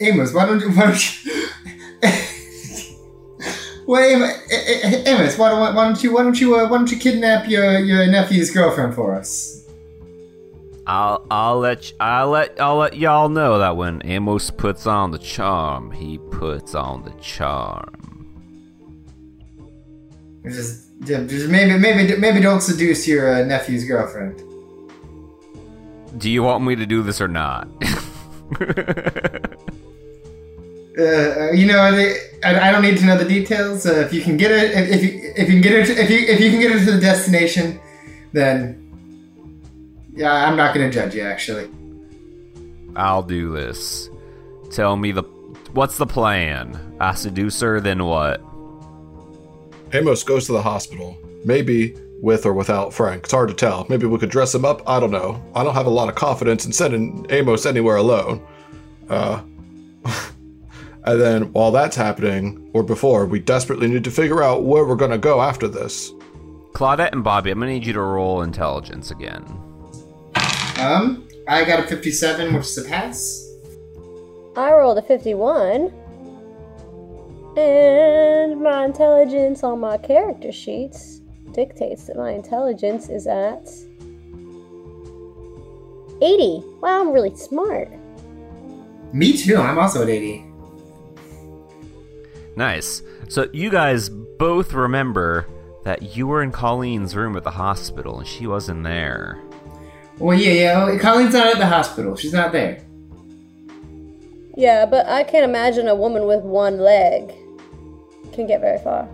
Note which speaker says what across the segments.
Speaker 1: Amos, why don't you? Why don't you well, Amos, Amos why, don't, why don't you? Why don't you? Uh, why don't you kidnap your, your nephew's girlfriend for us?
Speaker 2: I'll I'll let y- I'll let I'll let y'all know that when Amos puts on the charm, he puts on the charm.
Speaker 1: Just, just maybe, maybe, maybe don't seduce your uh, nephew's girlfriend.
Speaker 2: Do you want me to do this or not?
Speaker 1: Uh, you know, they, I, I don't need to know the details. Uh, if you can get it, if, if you if you can get it, to, if you if you can get it to the destination, then yeah, I'm not gonna judge you. Actually,
Speaker 2: I'll do this. Tell me the what's the plan? I seduce her, then what?
Speaker 3: Amos goes to the hospital, maybe with or without Frank. It's hard to tell. Maybe we could dress him up. I don't know. I don't have a lot of confidence in sending Amos anywhere alone. Uh, and then while that's happening, or before, we desperately need to figure out where we're going to go after this.
Speaker 2: Claudette and Bobby, I'm gonna need you to roll intelligence again.
Speaker 1: um, I got a 57, which is a pass.
Speaker 4: I rolled a 51. And my intelligence on my character sheets dictates that my intelligence is at 80. Wow, I'm really smart.
Speaker 1: Me too. I'm also at 80.
Speaker 2: Nice. So you guys both remember that you were in Colleen's room at the hospital and she wasn't there.
Speaker 1: Well, yeah, yeah. well, Colleen's not at the hospital. She's not there.
Speaker 4: Yeah, but I can't imagine a woman with one leg can get very far.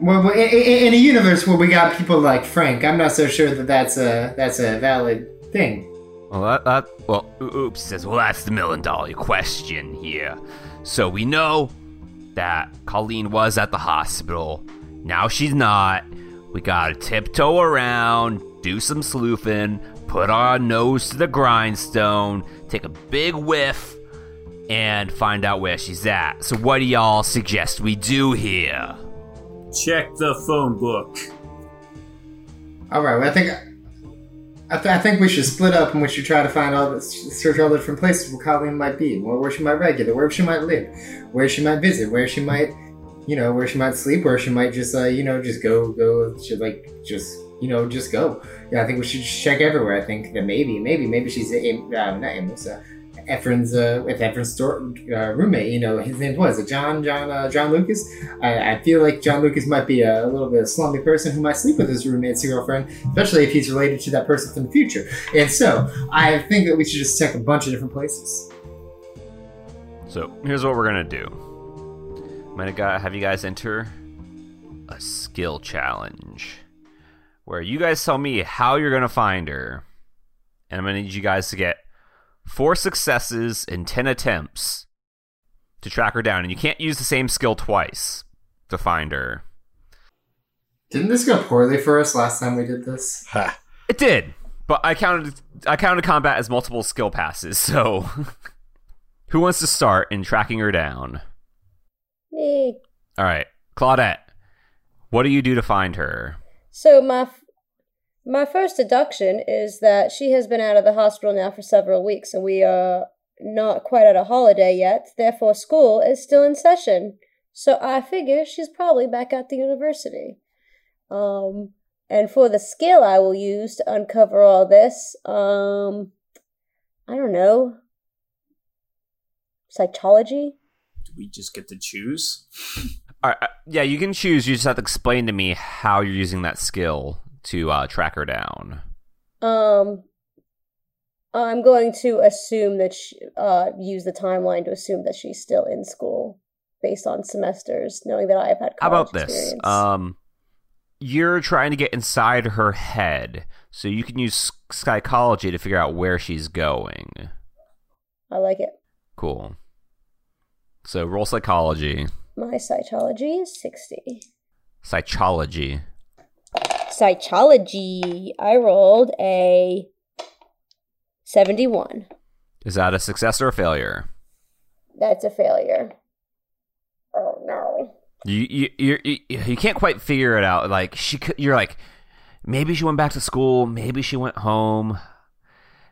Speaker 1: Well, well, i- i- in a universe where we got people like Frank, I'm not so sure that that's a that's a valid thing.
Speaker 2: Well, that, that well, o- oops says, well, that's the million dollar question here. So we know that Colleen was at the hospital. Now she's not. We gotta tiptoe around, do some sleuthing, put our nose to the grindstone, take a big whiff, and find out where she's at. So what do y'all suggest we do here?
Speaker 5: Check the phone book.
Speaker 1: All right. Well, I think I, th- I think we should split up, and we should try to find all the search all the different places where Colleen might be, where, where she might regular, where she might live, where she might visit, where she might, you know, where she might sleep, where she might just, uh, you know, just go, go, she, like just, you know, just go. Yeah, I think we should just check everywhere. I think that maybe, maybe, maybe she's a, uh, not Amos, uh, Efren's, uh, if Efren's store, uh, roommate, you know, his name was it John, John, uh, John Lucas. I, I feel like John Lucas might be a, little bit of a slumpy person who might sleep with his roommate's girlfriend, especially if he's related to that person from the future. And so, I think that we should just check a bunch of different places.
Speaker 2: So here's what we're gonna do. I'm gonna go- have you guys enter a skill challenge, where you guys tell me how you're gonna find her, and I'm gonna need you guys to get four successes in ten attempts to track her down, and you can't use the same skill twice to find her.
Speaker 1: Didn't this go poorly for us last time we did this?
Speaker 3: Ha.
Speaker 2: It did, but I counted I counted combat as multiple skill passes. So, who wants to start in tracking her down?
Speaker 4: Eh,
Speaker 2: All right, Claudette, what do you do to find her?
Speaker 4: So my f- my first deduction is that she has been out of the hospital now for several weeks, and we are not quite at a holiday yet. Therefore, school is still in session. So I figure she's probably back at the university. Um, and for the skill I will use to uncover all this, um, I don't know, psychology.
Speaker 5: Do we just get to choose?
Speaker 2: All right, uh, yeah, you can choose. You just have to explain to me how you're using that skill to uh, track her down.
Speaker 4: Um, I'm going to assume that she, uh, use the timeline to assume that she's still in school based on semesters, knowing that I've had college
Speaker 2: How about this?
Speaker 4: experience.
Speaker 2: Um, you're trying to get inside her head, so you can use psychology to figure out where she's going.
Speaker 4: I like it.
Speaker 2: Cool. So roll psychology,
Speaker 4: My psychology is 60.
Speaker 2: psychology.
Speaker 4: Psychology. I rolled a 71.
Speaker 2: Is that a success or a failure?
Speaker 4: That's a failure. Oh no.
Speaker 2: you you you you you can't quite figure it out. Like she, could, you're like, maybe she went back to school, maybe she went home,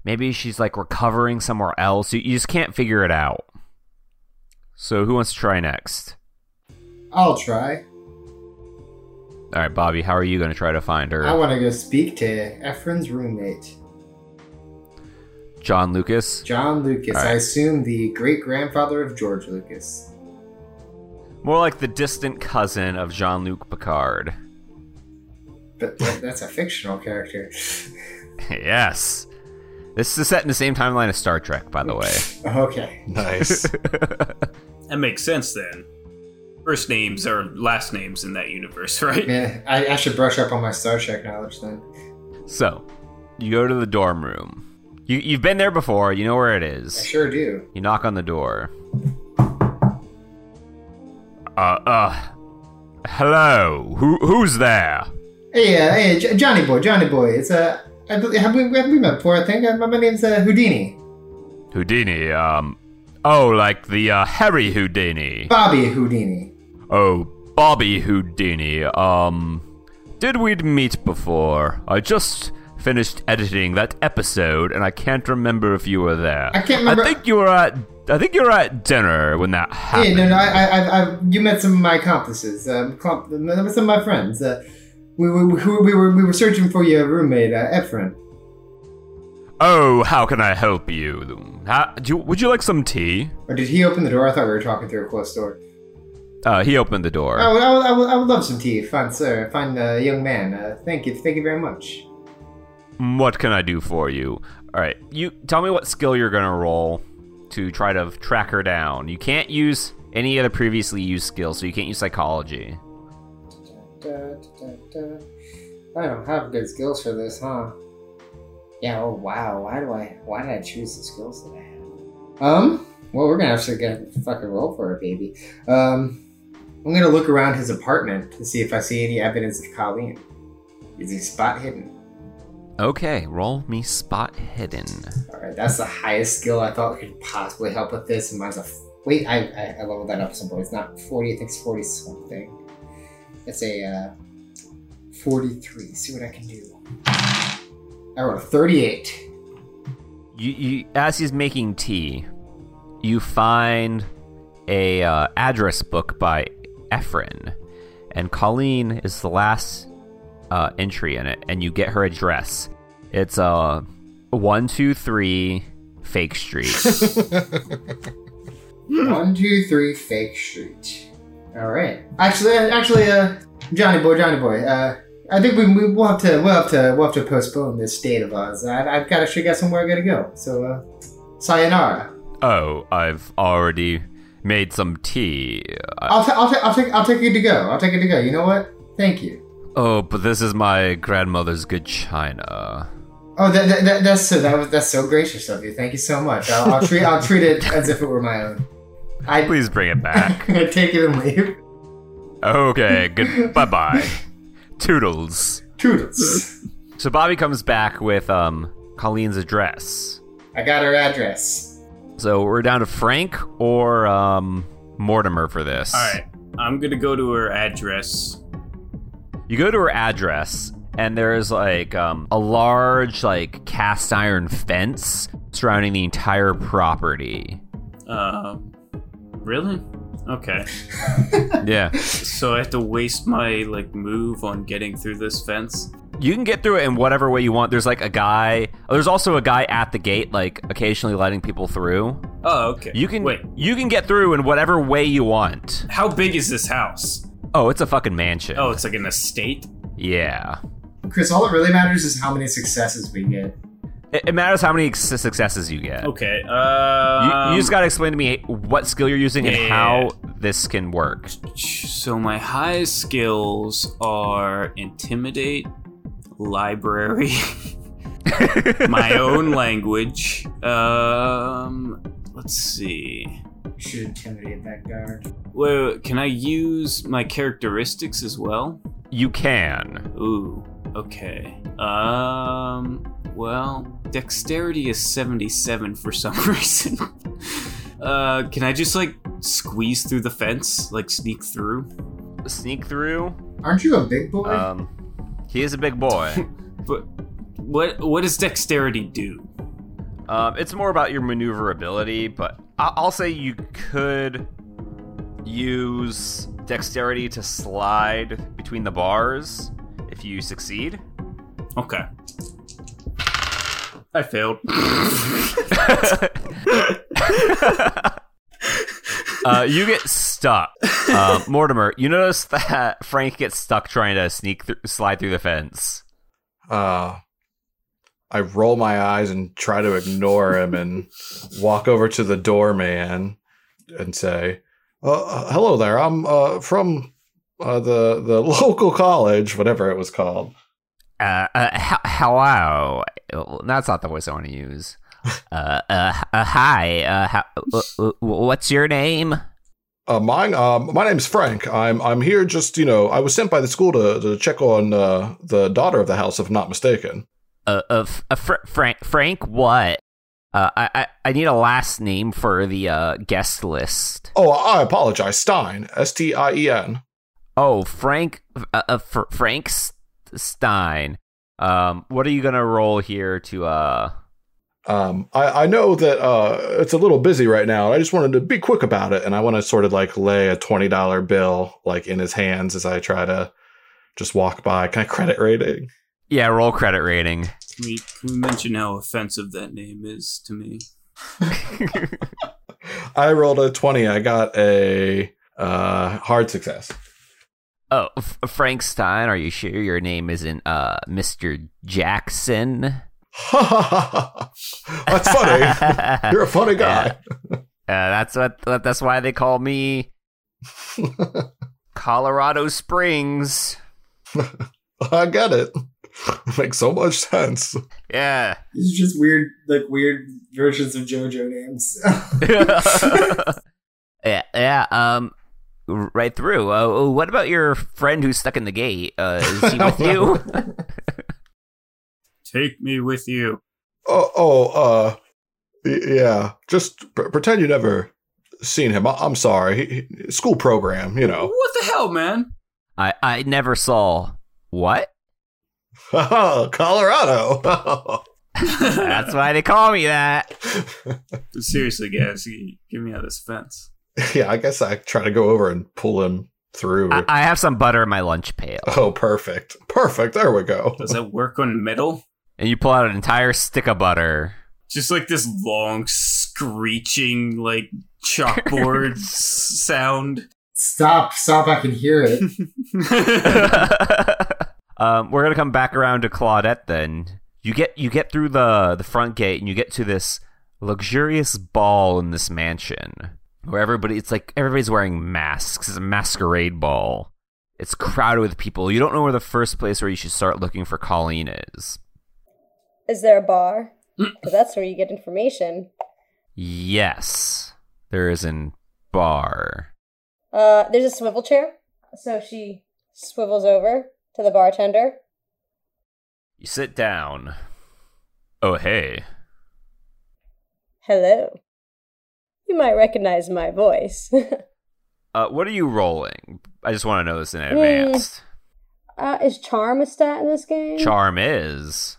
Speaker 2: maybe she's like recovering somewhere else. You, you just can't figure it out. So who wants to try next?
Speaker 1: I'll try.
Speaker 2: All right, Bobby, how are you going to try to find
Speaker 1: I
Speaker 2: her?
Speaker 1: want to go speak to Efren's roommate,
Speaker 2: John Lucas.
Speaker 1: John Lucas. I
Speaker 2: Alright.
Speaker 1: assume the great grandfather of George Lucas.
Speaker 2: More like the distant cousin of Jean Luc Picard.
Speaker 1: But that- that's a fictional character.
Speaker 2: yes. This is set in the same timeline as Star Trek, by the way.
Speaker 1: Okay.
Speaker 3: Nice.
Speaker 5: That makes sense then. First names are last names in that universe, right?
Speaker 1: Man, I, I should brush up on my Star Trek knowledge then.
Speaker 2: So, you go to the dorm room. You, you've been there before, you know where it
Speaker 1: I
Speaker 2: is.
Speaker 1: sure do.
Speaker 2: You knock on the door. Uh, uh. Hello. Who, who's there?
Speaker 1: Hey, uh, hey, J- Johnny boy, Johnny boy. It's uh, I believe have we, have we met before? I think uh, my, my name's uh, Houdini,
Speaker 2: Houdini, um. Oh, like the uh, Harry Houdini.
Speaker 1: Bobby Houdini.
Speaker 2: Oh, Bobby Houdini. Um, did we meet before? I just finished editing that episode, and I can't remember if you were there.
Speaker 1: I can't remember-
Speaker 2: I think you were at. I think you were at dinner when that
Speaker 1: Yeah,
Speaker 2: happened.
Speaker 1: no, no. I, I, I, I, you met some of my accomplices. Um, comp- some of my friends. Uh, we, we, we, we were we were searching for your roommate, uh, Efren.
Speaker 2: Oh, how can I help you? How, do you- Would you like some tea?
Speaker 1: Or did he open the door? I thought we were talking through a closed door.
Speaker 2: Uh, he opened the door.
Speaker 1: I would, I would, I would, I would love some tea, fine sir, fine uh, young man. Uh, thank you, thank you very much.
Speaker 2: What can I do for you? All right, you tell me what skill you're gonna roll to try to track her down. You can't use any of the previously used skills, so you can't use psychology.
Speaker 1: Da, da, da. I don't have good skills for this, huh? Yeah. Oh wow. Why do I? Why did I choose the skills that I have? Um. Well, we're gonna have to get a fucking roll for it, baby. Um. I'm gonna look around his apartment to see if I see any evidence of Colleen. Is he spot hidden?
Speaker 2: Okay, roll me spot hidden.
Speaker 1: All right. That's the highest skill I thought could possibly help with this. And mine's a f- wait. I, I I leveled that up some point. It's not forty. I think it's forty something. It's a uh, forty-three. See what I can do. I rolled a thirty-eight.
Speaker 2: You, you as he's making tea, you find a uh, address book by Efren, and Colleen is the last uh, entry in it, and you get her address. It's uh one two three Fake Street.
Speaker 1: One, two, three, fake street. All right. Actually, actually, uh, Johnny boy, Johnny boy. Uh, I think we, we will have to we'll have to we'll have to postpone this date of ours. I, I've got to sure got somewhere I gotta go. So, uh, sayonara.
Speaker 2: Oh, I've already made some tea. I-
Speaker 1: I'll, ta- I'll, ta- I'll take I'll take it to go. I'll take it to go. You know what? Thank you.
Speaker 2: oh, but this is my grandmother's good china.
Speaker 1: Oh, that, that, that, that's so that was that's so gracious of you. Thank you so much. I'll, I'll treat I'll treat it as if it were my own. I
Speaker 2: Please bring it back.
Speaker 1: I take it and leave.
Speaker 2: okay, good. Bye bye. Toodles.
Speaker 1: Toodles.
Speaker 2: So Bobby comes back with um Colleen's address.
Speaker 1: I got her address.
Speaker 2: So we're down to Frank or um Mortimer for this.
Speaker 5: All right. I'm gonna go to her address.
Speaker 2: You go to her address, and there's like um, a large like cast iron fence surrounding the entire property.
Speaker 5: Um, really? Okay.
Speaker 2: Yeah.
Speaker 5: So I have to waste my like move on getting through this fence.
Speaker 2: you can get through it in whatever way you want. There's like a guy. oh, There's also a guy at the gate, like occasionally letting people through.
Speaker 5: Oh, okay.
Speaker 2: You can
Speaker 5: wait.
Speaker 2: You can get through in whatever way you want.
Speaker 5: How big is this house?
Speaker 2: Oh, it's a fucking mansion.
Speaker 5: Oh, it's like an estate.
Speaker 2: yeah.
Speaker 1: Chris, all that really matters is how many successes we get.
Speaker 2: It, it matters how many su- successes you get.
Speaker 5: Okay.
Speaker 2: You,
Speaker 5: Uh,
Speaker 2: you just gotta explain to me what skill you're using
Speaker 5: Yeah.
Speaker 2: and how this can work.
Speaker 5: So my highest skills are intimidate, library, my own language. Um, let's see.
Speaker 1: You should intimidate that guard.
Speaker 5: Well, can I use my characteristics as well?
Speaker 2: You can.
Speaker 5: Ooh. Okay. Um. Well, dexterity is seventy-seven for some reason. uh, can I just like squeeze through the fence, like sneak through?
Speaker 2: Sneak through.
Speaker 1: Aren't you a big boy?
Speaker 2: Um, he is a big boy.
Speaker 5: But what what does dexterity do?
Speaker 2: Um, it's more about your maneuverability, but I- I'll say you could use dexterity to slide between the bars if you succeed.
Speaker 5: Okay. I failed.
Speaker 2: uh, you get stuck. Uh, Mortimer, you notice that Frank gets stuck trying to sneak through, slide through the fence.
Speaker 3: Uh, I roll my eyes and try to ignore him and walk over to the doorman and say, uh, "Hello there. I'm uh, from uh, the the local college, whatever it was called."
Speaker 2: Uh, uh, h- hello. Well, That's not the voice I want to use. Uh, uh, h- uh hi. Uh, ho- uh, what's your name?
Speaker 3: Uh, mine, um, my name's Frank. I'm I'm here just you know I was sent by the school to, to check on uh, the daughter of the house, if I'm not mistaken.
Speaker 2: Uh, uh, F- uh Fr- Frank. Frank. What? Uh, I, I I need a last name for the uh, guest list.
Speaker 3: Oh, I apologize. Stein, S T I E N.
Speaker 2: Oh, Frank. Uh, uh, Fr- Frank S- Stein. Um, what are you gonna roll here to uh?
Speaker 3: Um, I, I know that uh, it's a little busy right now. I just wanted to be quick about it, and I want to sort of like lay a twenty dollar bill like in his hands as I try to just walk by. Can I credit rating?
Speaker 2: Yeah, roll credit rating.
Speaker 5: Can we, can we mention how offensive that name is to me?
Speaker 3: I rolled a twenty. I got a uh, hard success.
Speaker 2: oh, F- Frank Stein. Are you sure your name isn't uh Mr. Jackson?
Speaker 3: That's funny. You're a funny guy.
Speaker 2: Uh, that's what. that- That's why they call me Colorado Springs.
Speaker 3: I get it. Makes so much sense.
Speaker 2: Yeah.
Speaker 1: This is just weird, like weird versions of JoJo names.
Speaker 2: yeah. Yeah. Um. Right through. Uh, oh, what about your friend who's stuck in the gate? Uh, is he with you?
Speaker 5: Take me with you.
Speaker 3: Oh, oh, uh, y- yeah. Just pr- pretend you never seen him. I- I'm sorry. He- he- school program, you know.
Speaker 5: What the hell, man?
Speaker 2: I I never saw. What?
Speaker 3: Colorado.
Speaker 2: That's why they call me that.
Speaker 5: Seriously, guys, g- get me out of this fence.
Speaker 3: yeah, I guess I try to go over and pull him through.
Speaker 2: I, I have some butter in my lunch pail,
Speaker 3: oh, perfect. Perfect. There we go.
Speaker 5: Does that work on metal?
Speaker 2: and you pull out an entire stick of butter.
Speaker 5: Just like this long, screeching, like chalkboard s- sound.
Speaker 1: stop, stop! I can hear it.
Speaker 2: um, we're gonna come back around to Claudette then. You get you get through the the front gate and you get to this luxurious ball in this mansion where everybody it's like everybody's wearing masks. It's a masquerade ball. It's crowded with people. You don't know where the first place where you should start looking for Colleen is.
Speaker 4: Is there a bar? 'Cause that's where you get information.
Speaker 2: Yes, there is an bar.
Speaker 4: Uh, there's a swivel chair, so she swivels over to the bartender.
Speaker 2: You sit down. Oh hey.
Speaker 4: Hello. You might recognize my voice.
Speaker 2: Uh, what are you rolling? I just want to know this in advance.
Speaker 4: uh, is charm a stat in this game?
Speaker 2: Charm is.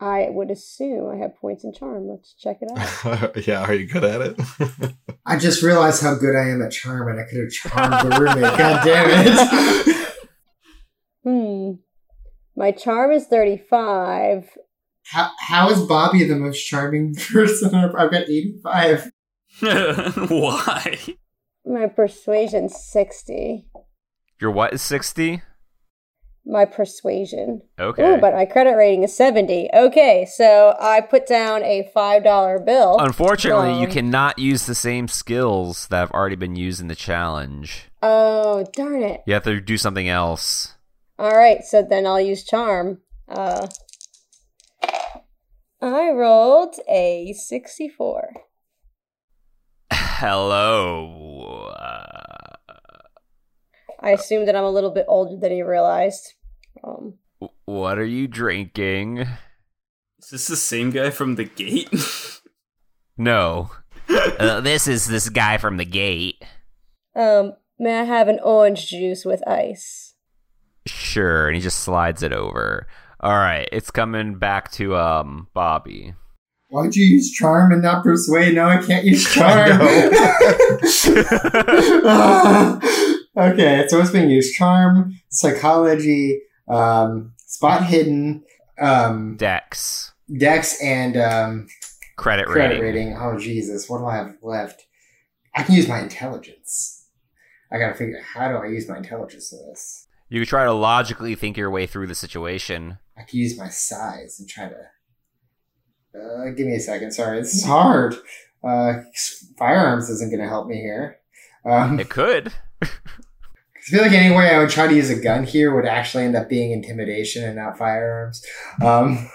Speaker 4: I would assume I have points in charm. Let's check it out.
Speaker 3: yeah, are you good at it?
Speaker 1: I just realized how good I am at charm, and I could have charmed the roommate. God damn it!
Speaker 4: hmm. My charm is 35.
Speaker 1: How, how is Bobby the most charming person? I've I've got eighty-five.
Speaker 5: Why?
Speaker 4: My persuasion 60.
Speaker 2: Your what is 60?
Speaker 4: My persuasion.
Speaker 2: Okay.
Speaker 4: Ooh, but my credit rating is 70. Okay, so I put down a $5 bill.
Speaker 2: Unfortunately, you
Speaker 4: Um,
Speaker 2: cannot use the same skills that have already been used in the challenge.
Speaker 4: Oh, darn it.
Speaker 2: You have to do something else.
Speaker 4: All right, so then I'll use charm. Uh, I rolled a 64.
Speaker 2: Hello. Uh,
Speaker 4: I assume that I'm a little bit older than he realized. Um,
Speaker 2: w- what are you drinking?
Speaker 5: Is this the same guy from the gate?
Speaker 2: No. Uh, this is this guy from the gate.
Speaker 4: um, may I have an orange juice with ice?
Speaker 2: Sure, and he just slides it over. All right, it's coming back to um Bobby.
Speaker 1: Why'd you use charm and not persuade? No, I can't use
Speaker 3: I
Speaker 1: charm. Ah, okay, so it's being used? Charm, psychology, um, spot hidden, um,
Speaker 2: Dex.
Speaker 1: dex, and um,
Speaker 2: Credit,
Speaker 1: credit
Speaker 2: rating.
Speaker 1: rating. Oh Jesus, what do I have left? I can use my intelligence. I gotta figure how do I use my intelligence for this.
Speaker 2: You could try to logically think your way through the situation.
Speaker 1: I can use my size and try to. Uh, give me a second. Sorry, this is hard. Uh, firearms isn't gonna help me here. Um,
Speaker 2: It could.
Speaker 1: I feel like any way I would try to use a gun here would actually end up being intimidation and not firearms. Um,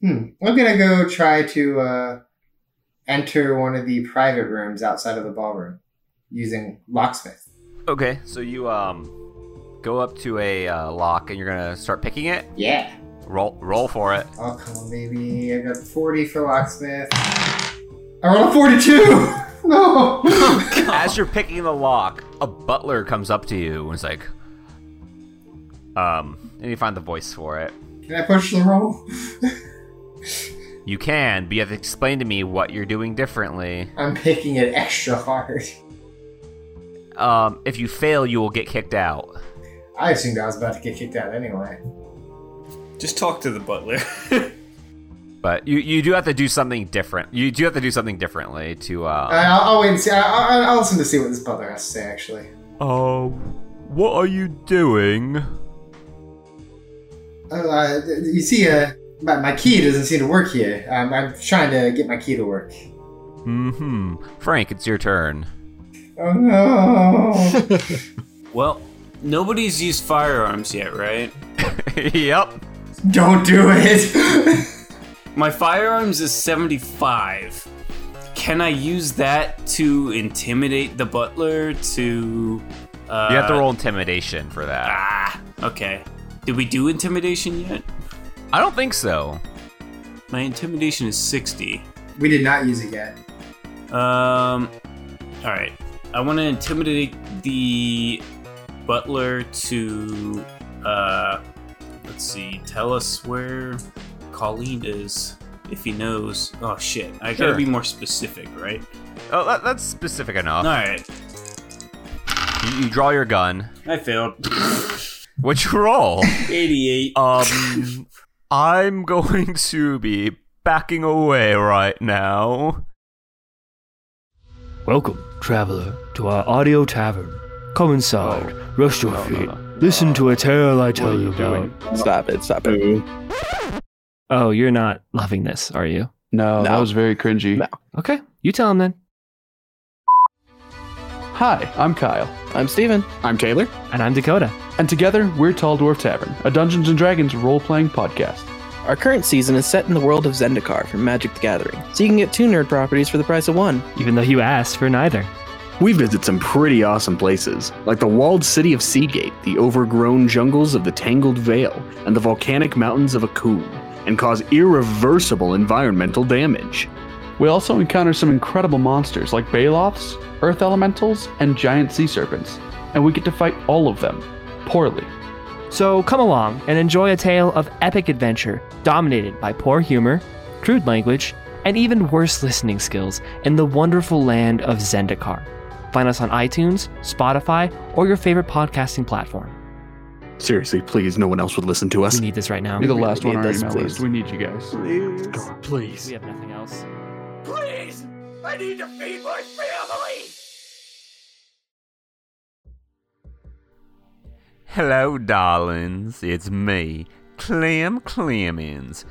Speaker 1: hmm. I'm gonna go try to uh, enter one of the private rooms outside of the ballroom using locksmith.
Speaker 2: Okay, so you um go up to a uh, lock and you're gonna start picking it.
Speaker 1: Yeah.
Speaker 2: Roll, roll for it.
Speaker 1: Oh come on, baby! I got 40 for locksmith. I rolled a 42. no.
Speaker 2: As you're picking the lock, a butler comes up to you and is like, um, and you find the voice for it.
Speaker 1: Can I push the roll?
Speaker 2: You can, but you have to explain to me what you're doing differently.
Speaker 1: I'm picking it extra hard.
Speaker 2: Um, if you fail, you will get kicked out.
Speaker 1: I assumed I was about to get kicked out anyway.
Speaker 5: Just talk to the butler.
Speaker 2: But you, you do have to do something different. You do have to do something differently to uh,
Speaker 1: I- I'll, I'll wait and see. I- I- I'll listen to see what this butler has to say. Actually.
Speaker 2: Uh, what are you doing?
Speaker 1: Uh, you see, uh, my, my key doesn't seem to work here. Um, I'm trying to get my key to work.
Speaker 2: Hmm. Frank, it's your turn.
Speaker 1: Oh no!
Speaker 5: well, nobody's used firearms yet, right?
Speaker 2: yep.
Speaker 1: Don't do it!
Speaker 5: My firearms is 75. Can I use that to intimidate the butler to. Uh,
Speaker 2: You have to roll intimidation for that.
Speaker 5: Ah, okay. Did we do intimidation yet?
Speaker 2: I don't think so.
Speaker 5: My intimidation is 60.
Speaker 1: we did not use it yet.
Speaker 5: Um, all right. I want to intimidate the butler to, uh, let's see, tell us where Colleen is if he knows. Oh shit! I
Speaker 2: Sure.
Speaker 5: gotta be more specific, right?
Speaker 2: Oh, that, that's specific enough.
Speaker 5: All right.
Speaker 2: You, you draw your gun.
Speaker 5: I failed.
Speaker 2: What'd you roll?
Speaker 5: 88.
Speaker 2: um, I'm going to be backing away right now.
Speaker 6: Welcome, traveler, to our audio tavern. Come inside, rest your
Speaker 7: Oh, No, no,
Speaker 6: feet,
Speaker 7: no.
Speaker 6: listen to a tale I tell
Speaker 7: are
Speaker 6: you
Speaker 7: you
Speaker 6: about.
Speaker 7: doing? Stop it! Stop it!
Speaker 8: Oh, you're not loving this, are you?
Speaker 7: No, that
Speaker 9: No.
Speaker 7: was very cringy.
Speaker 9: No.
Speaker 8: Okay, you tell him then.
Speaker 7: Hi, I'm Kyle,
Speaker 9: I'm Steven.
Speaker 10: I'm Taylor.
Speaker 8: And I'm Dakota.
Speaker 7: and together we're Tall Dwarf Tavern, a Dungeons and Dragons role-playing podcast.
Speaker 9: Our current season is set in the world of Zendikar from Magic the Gathering, so you can get two nerd properties for the price of one.
Speaker 8: Even though you asked for neither.
Speaker 10: We've visited some pretty awesome places, like the walled city of Seagate, the overgrown jungles of the Tangled Vale, and the volcanic mountains of Akum, and cause irreversible environmental damage.
Speaker 7: We also encounter some incredible monsters like Baloths, Earth Elementals, and giant sea serpents, and we get to fight all of them poorly.
Speaker 8: So come along and enjoy a tale of epic adventure dominated by poor humor, crude language, and even worse listening skills in the wonderful land of Zendikar. Find us on iTunes, Spotify, or your favorite podcasting platform.
Speaker 10: Seriously, please, no one else would listen to
Speaker 8: We
Speaker 10: us.
Speaker 8: need this right now.
Speaker 7: You're the
Speaker 9: really
Speaker 7: last one
Speaker 9: need
Speaker 7: on our
Speaker 9: this,
Speaker 7: email
Speaker 9: please.
Speaker 7: list. We need you guys.
Speaker 10: God, please.
Speaker 8: We have nothing else.
Speaker 2: Hello, darlings. It's me, Clem Clemens.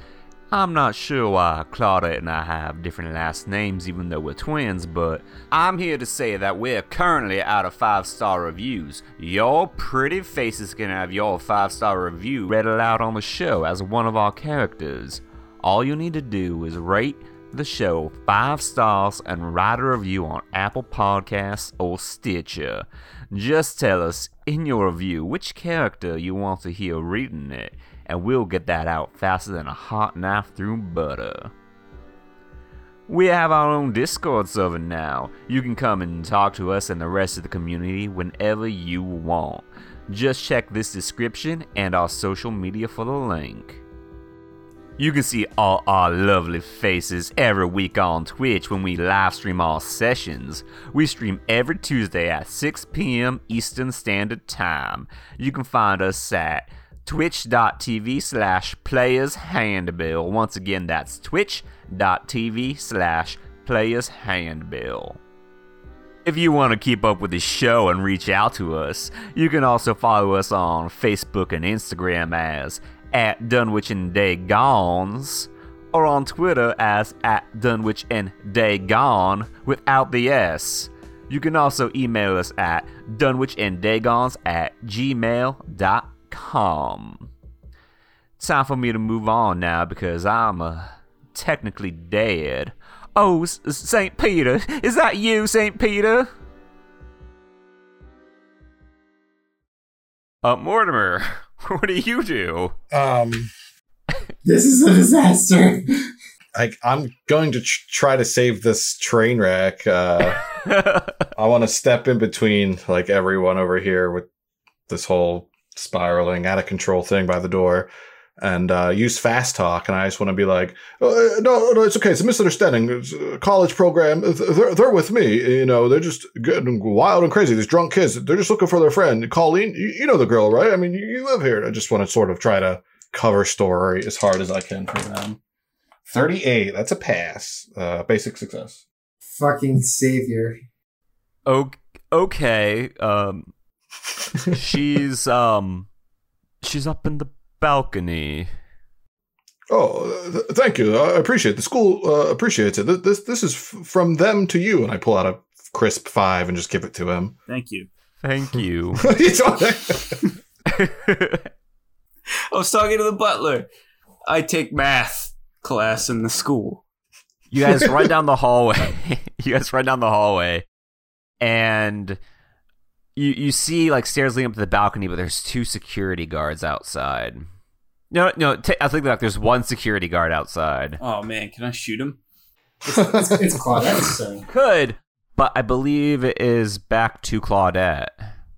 Speaker 2: I'm not sure why Claudia and I have different last names, even though we're twins, but I'm here to say that we're currently out of five star reviews. Your pretty faces can have your five star review read aloud on the show as one of our characters. All you need to do is rate the show five stars and write a review on Apple Podcasts or Stitcher. Just tell us in your review which character you want to hear reading it, and we'll get that out faster than a hot knife through butter. We have our own Discord server now. You can come and talk to us and the rest of the community whenever you want. Just check this description and our social media for the link. You can see all our lovely faces every week on Twitch when we live stream our sessions. We stream every Tuesday at 6 p.m. Eastern Standard Time. You can find us at twitch.tv slash players handbill. Once again, that's twitch.tv slash players handbill. If you want to keep up with the show and reach out to us, you can also follow us on Facebook and Instagram as at Dunwich and Day Gone's, or on Twitter as at Dunwich and Day Gone without the S. You can also email us at Dunwich and Dagons at gmail.com. Time for me to move on now because I'm uh, technically dead. Oh, S- St. Peter, is that you, St. Peter? Uh, Mortimer, what do you do?
Speaker 3: Um,
Speaker 1: This is a disaster.
Speaker 3: I, I'm going to tr- try to save this train wreck. Uh, I want to step in between like everyone over here with this whole spiraling out of control thing by the door and uh, use fast talk. And I just want to be like, "Uh, no, no, it's okay. It's a misunderstanding. It's a college program. Th- They're, they're with me. You know, they're just getting wild and crazy. These drunk kids, they're just looking for their friend. Colleen, you, you know the girl, right? I mean, you, you live here. I just want to sort of try to cover story as hard as I can for them. 38. That's a pass. Uh, basic success.
Speaker 1: Fucking savior.
Speaker 2: O- okay. Um, she's um, she's up in the balcony.
Speaker 3: Oh, th- thank you. I appreciate it. The school uh, appreciates it. Th- This this is f- from them to you. And I pull out a crisp five and just give it to him.
Speaker 5: Thank you.
Speaker 2: Thank you.
Speaker 3: He's all like-
Speaker 5: I was talking to the butler. I take math class in the school.
Speaker 2: you guys run down the hallway. you guys run down the hallway, and you you see like stairs leading up to the balcony, but there's two security guards outside. No, no, ta- I think like there's one security guard outside.
Speaker 5: Oh man, can I shoot him?
Speaker 1: It's, it's, it's Claudette, so.
Speaker 2: Could, but I believe it is back to Claudette.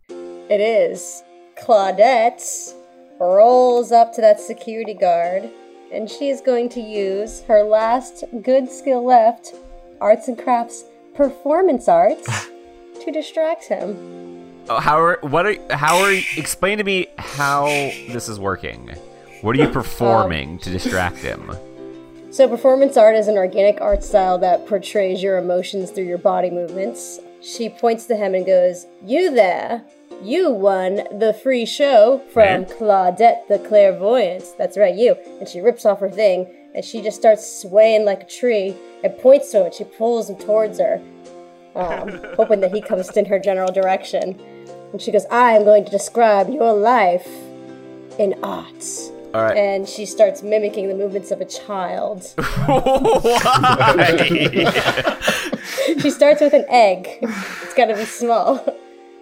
Speaker 4: It is. Claudette rolls up to that security guard, and she is going to use her last good skill left, arts and crafts performance arts, to distract him.
Speaker 2: Oh, How are what are how are explain to me how this is working? What are you performing to distract him?
Speaker 4: So, performance art is an organic art style that portrays your emotions through your body movements. She points to him and goes, You there! You won the free show from Claudette the Clairvoyant. That's right, you. And she rips off her thing and she just starts swaying like a tree and points to him and she pulls him towards her, um, hoping that he comes in her general direction. And she goes, I am going to describe your life in art.
Speaker 2: All right.
Speaker 4: And she starts mimicking the movements of a child.
Speaker 2: Why?
Speaker 4: She starts with an egg. It's gotta be small.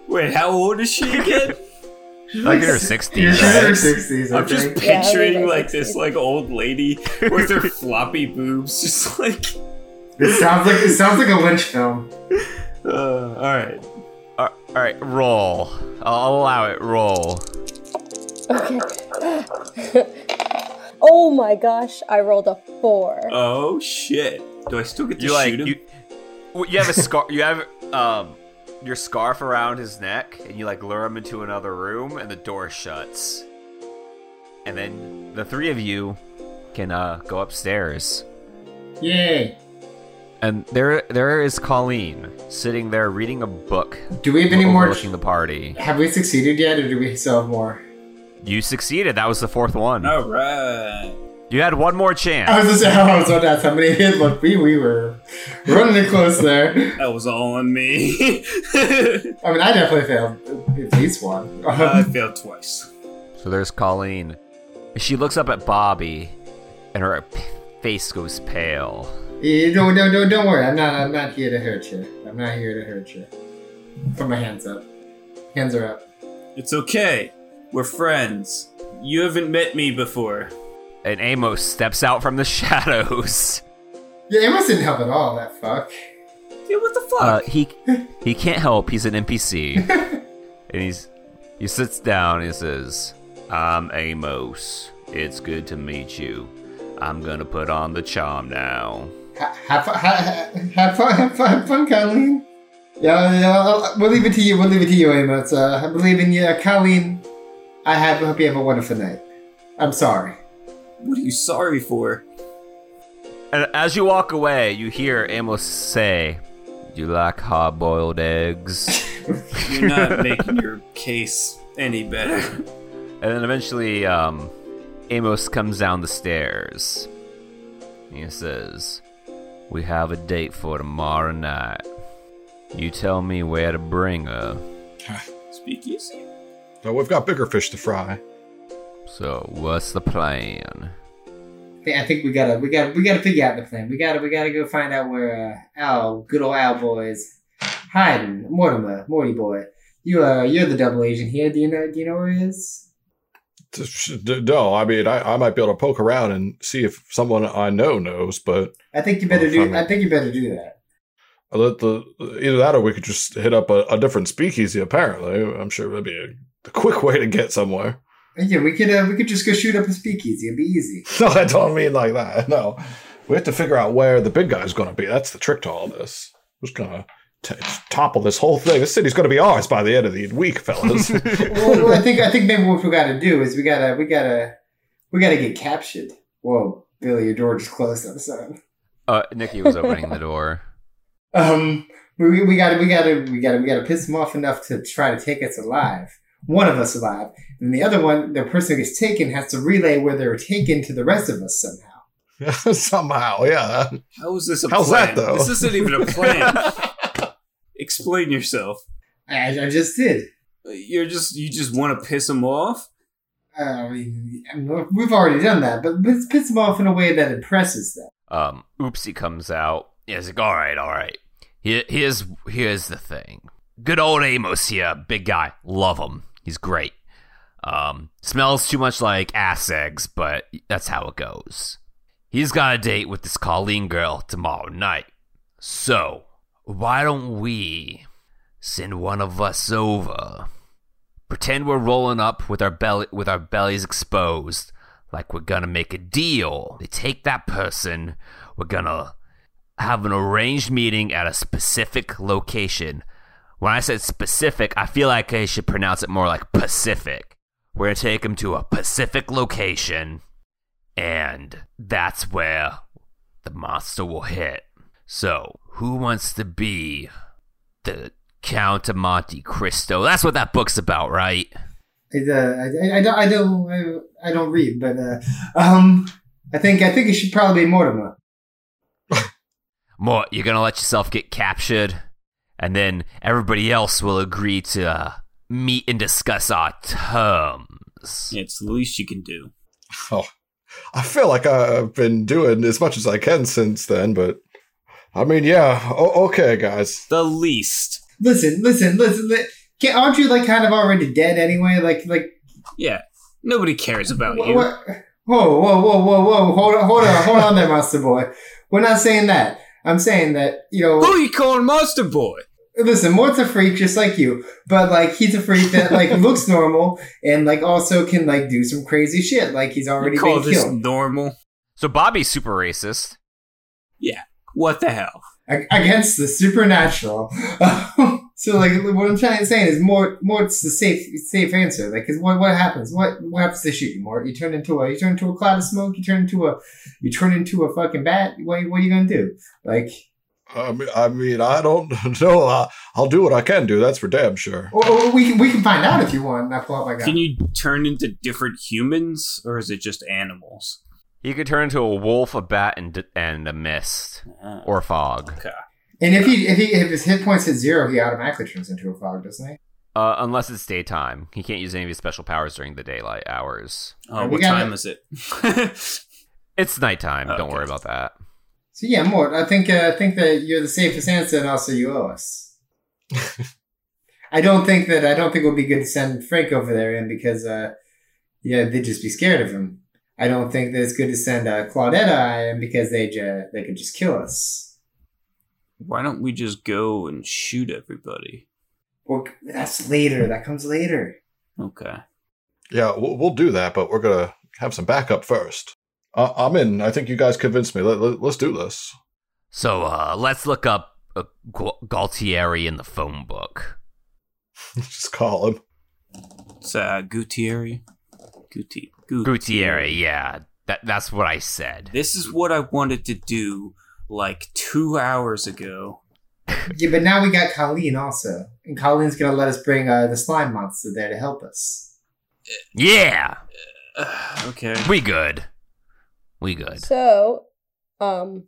Speaker 5: Wait, how old is she again?
Speaker 2: like in her sixties,
Speaker 1: She's in her
Speaker 2: right?
Speaker 1: 60s, I
Speaker 5: I'm just
Speaker 1: think.
Speaker 4: Yeah, I
Speaker 5: picturing
Speaker 4: think
Speaker 5: like
Speaker 4: that's
Speaker 5: this
Speaker 4: it.
Speaker 5: like old lady with her floppy boobs, just like.
Speaker 1: This sounds like this sounds like a Lynch film.
Speaker 5: Uh, all right.
Speaker 2: All right, roll. I'll allow it. Roll.
Speaker 4: Okay. oh my gosh, I rolled a four.
Speaker 5: Oh shit. Do I still get to
Speaker 2: You
Speaker 5: shoot
Speaker 2: like
Speaker 5: him?
Speaker 2: you. well, You have a scar. You have um your scarf around his neck, and you like lure him into another room, and the door shuts. And then the three of you can uh go upstairs.
Speaker 1: Yay.
Speaker 2: And there there is Colleen sitting there reading a book.
Speaker 1: Do we have any more?
Speaker 2: overlooking the party.
Speaker 1: Have we succeeded yet, or do we still have more?
Speaker 2: You succeeded. That was the fourth one.
Speaker 5: All right.
Speaker 2: You had one more chance.
Speaker 1: I was just I was wondering how many hit. Look, we we were running it close there.
Speaker 5: That was all on me.
Speaker 1: I mean, I definitely failed at least one.
Speaker 5: I
Speaker 2: Uh,
Speaker 5: failed twice.
Speaker 2: So there's Colleen. She looks up at Bobby, and her p- face goes pale.
Speaker 1: Eh, don't, don't, don't, don't worry. I'm not I'm not here to hurt you. I'm not here to hurt you. Put my hands up. Hands are up.
Speaker 5: It's okay. We're friends. You haven't met me before.
Speaker 2: And Amos steps out from the shadows.
Speaker 1: Yeah, Amos didn't help at all. That fuck.
Speaker 5: Yeah, what the fuck?
Speaker 2: Uh, he he can't help. He's an NPC, and he's he sits down and he says, "I'm Amos. It's good to meet you. I'm gonna put on the charm now.
Speaker 1: Ha- Have fun, ha- ha- have fun, have fun, have fun, Colleen. Yeah, yeah, I'll- we'll leave it to you. We'll leave it to you, Amos. Uh, I believe in you, Colleen. I have, hope you have a wonderful night. I'm sorry.
Speaker 5: What are you sorry for?
Speaker 2: And as you walk away, you hear Amos say, "You like hard-boiled eggs?"
Speaker 5: You're not making your case any better.
Speaker 2: And then eventually, um, Amos comes down the stairs. He says, We have a date for tomorrow night. You tell me where to bring her.
Speaker 5: Speak easy.
Speaker 3: Now we've got bigger fish to fry.
Speaker 2: So, what's the plan?
Speaker 1: I think, I think we gotta, we gotta, we gotta figure out the plan. We gotta, we gotta go find out where uh, Al, good old Al boy is hiding. Mortimer, Morty boy, you are, you're the double agent here. Do you know, do you know where he is?
Speaker 3: No, I mean, I, I might be able to poke around and see if someone I know knows, but
Speaker 1: I think you better
Speaker 3: Oh,
Speaker 1: do.
Speaker 3: fuck.
Speaker 1: I think you better do that.
Speaker 3: I let the, either that or we could just hit up a, a different speakeasy, apparently. I'm sure that'd be a, a quick way to get somewhere.
Speaker 1: And yeah, we could, uh, we could just go shoot up a speakeasy. It'd be easy.
Speaker 3: No, I don't mean like that. No. We have to figure out where the big guy's going to be. That's the trick to all this. We're just going to topple this whole thing. This city's going to be ours by the end of the week, fellas.
Speaker 1: well, well, I think I think maybe what we gotta do is we gotta we gotta we gotta get captured. Whoa, Billy, your door just closed. I'm sorry.
Speaker 2: Uh, Nikki was opening the door.
Speaker 1: Um, we, we- we gotta we gotta we gotta we gotta piss them off enough to try to take us alive. One of us alive, and the other one, the person who gets taken, has to relay where they were taken to the rest of us somehow.
Speaker 3: Somehow, yeah.
Speaker 5: How is this a
Speaker 3: How's
Speaker 5: plan?
Speaker 3: that, though?
Speaker 5: This isn't even a plan. Explain yourself.
Speaker 1: I, I just did.
Speaker 5: You're just you just want to piss him off.
Speaker 1: Uh, I mean, I mean, we've already done that, but let's piss them off in a way that impresses them.
Speaker 2: Um, Oopsie comes out. He's like, all right, all right. Here, here's here's the thing. Good old Amos here, big guy. Love him. He's great. Um, smells too much like ass eggs, but that's how it goes. He's got a date with this Colleen girl tomorrow night. So why don't we send one of us over? Pretend we're rolling up with our belly with our bellies exposed, like we're gonna make a deal. They take that person, we're gonna have an arranged meeting at a specific location. When I said specific, I feel like I should pronounce it more like Pacific. We're gonna take them to a Pacific location, and that's where the monster will hit. So, who wants to be the Count of Monte Cristo? That's what that book's about, right?
Speaker 1: I, uh, I, I, I don't, I don't, I, I don't read, but uh, um, I think, I think it should probably be Mortimer.
Speaker 2: Mort, you're gonna let yourself get captured, and then everybody else will agree to uh, meet and discuss our terms.
Speaker 5: It's the least you can do.
Speaker 3: Oh, I feel like I've been doing as much as I can since then, but I mean, yeah. O- okay, guys.
Speaker 5: The least.
Speaker 1: Listen, listen, listen. Li- can, aren't you like kind of already dead anyway? Like, like.
Speaker 5: Yeah. Nobody cares about
Speaker 1: wha-
Speaker 5: Oh, you.
Speaker 1: what- Whoa, whoa, whoa, whoa, whoa! Hold on, hold on, hold on, there, Monster Boy. We're not saying that. I'm saying that you know.
Speaker 5: Who are you calling Monster Boy?
Speaker 1: Listen, Mort's a freak just like you, but like he's a freak that like looks normal and like also can like do some crazy shit. Like he's already
Speaker 5: You call
Speaker 1: been
Speaker 5: this
Speaker 1: killed.
Speaker 5: normal?
Speaker 2: So Bobby's super racist.
Speaker 5: What the hell?
Speaker 1: ag- against the supernatural. so, like, what I'm trying to say is, more, Mort's the safe, safe answer. Like, 'cause what, what happens? What, what happens to shoot you, Mort? You turn into a, you turn into a cloud of smoke. You turn into a, you turn into a fucking bat. What, what are you gonna do? Like,
Speaker 3: I mean, I, mean, I don't know. I, I'll do what I can do. That's for damn sure.
Speaker 1: or, or we can, we can find out if you want. That's what I got.
Speaker 5: Can you turn into different humans, or is it just animals?
Speaker 2: He could turn into a wolf, a bat, and d- and a mist
Speaker 5: Ah,
Speaker 2: or fog,
Speaker 5: okay.
Speaker 1: and if he, if he, if his hit points hit zero, he automatically turns into a fog, doesn't he?
Speaker 2: uh, unless it's daytime. He can't use any of his special powers during the daylight hours.
Speaker 5: Oh,
Speaker 1: We
Speaker 5: what
Speaker 1: gotta-
Speaker 5: time is it?
Speaker 2: It's nighttime. Don't
Speaker 5: Okay.
Speaker 2: worry about that.
Speaker 1: So yeah, Mort, I think uh, I think that you're the safest answer, and also you owe us. I don't think that I don't think it would be good to send Frank over there in because uh, yeah, they'd just be scared of him. I don't think that it's good to send uh, Claudetta in because they ju- they could just kill us.
Speaker 5: Why don't we just go and shoot everybody?
Speaker 1: Well, that's later. That comes later.
Speaker 5: Okay.
Speaker 3: Yeah, we'll, we'll do that, but we're gonna have some backup first. I- I'm in. I think you guys convinced me. Let- let- let's do this.
Speaker 2: So uh, let's look up uh, Gu- Galtieri in the phone book.
Speaker 3: Just call him.
Speaker 5: It's uh, Gutierrez. Guti.
Speaker 2: Gutierrez, yeah, that that's what I said.
Speaker 5: This is what I wanted to do like two hours ago.
Speaker 1: Yeah, but now we got Colleen also, and Colleen's gonna let us bring uh, the slime monster there to help us.
Speaker 2: Yeah,
Speaker 5: Okay.
Speaker 2: we good. We good.
Speaker 4: So, um,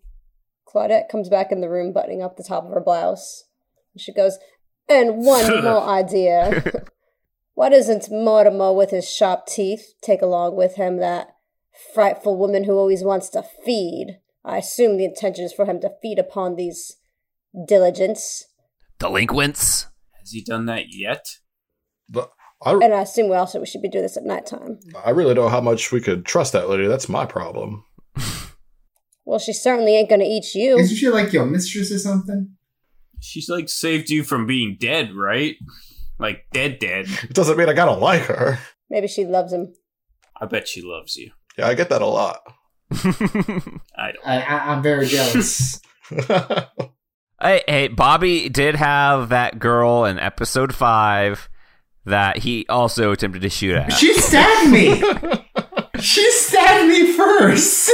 Speaker 4: Claudette comes back in the room, buttoning up the top of her blouse. And she goes, And one more idea. Why doesn't Mortimer, with his sharp teeth, take along with him that frightful woman who always wants to feed? I assume the intention is for him to feed upon these diligence.
Speaker 2: Delinquents.
Speaker 5: Has he done that yet?
Speaker 3: But I,
Speaker 4: And I assume we also should be doing this at nighttime.
Speaker 3: I really don't know how much we could trust that lady. That's my problem.
Speaker 4: Well, she certainly ain't gonna eat you.
Speaker 1: Isn't she like your mistress or something?
Speaker 5: She's like saved you from being dead, right? Like dead, dead.
Speaker 3: It doesn't mean I gotta like her.
Speaker 4: Maybe she loves him.
Speaker 5: I bet she loves you.
Speaker 3: Yeah, I get that a lot.
Speaker 5: I don't.
Speaker 1: I, I I'm very jealous.
Speaker 2: Hey, hey, Bobby did have that girl in episode five that he also attempted to shoot at.
Speaker 1: she stabbed me. she stabbed me first.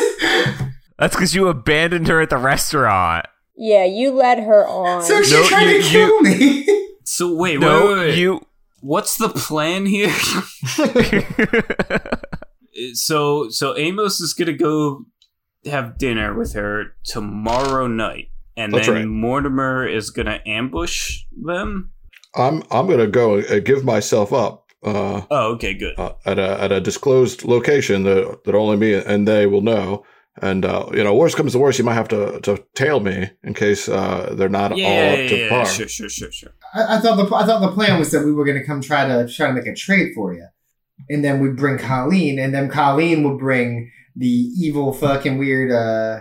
Speaker 2: That's because you abandoned her at the restaurant.
Speaker 4: Yeah, you led her on.
Speaker 1: so she
Speaker 2: No,
Speaker 1: tried
Speaker 2: you-
Speaker 1: to kill me.
Speaker 5: So wait,
Speaker 2: no,
Speaker 5: wait, wait, wait.
Speaker 2: you.
Speaker 5: What's the plan here? so so Amos is gonna go have dinner with her tomorrow night, and
Speaker 3: That's
Speaker 5: then
Speaker 3: right.
Speaker 5: Mortimer is gonna ambush them.
Speaker 3: I'm I'm gonna go and give myself up uh,
Speaker 5: Oh, okay, good.
Speaker 3: uh, at a at a disclosed location that that only me and they will know. And uh, you know, worst comes to worst, you might have to, to tail me in case uh, they're not
Speaker 5: yeah,
Speaker 3: all
Speaker 5: yeah,
Speaker 3: up
Speaker 5: yeah,
Speaker 3: to
Speaker 5: yeah,
Speaker 3: par.
Speaker 5: sure, sure, sure, sure.
Speaker 1: I, I thought the I thought the plan was that we were gonna come try to try to make a trade for you, and then we bring Colleen, and then Colleen will bring the evil fucking weird uh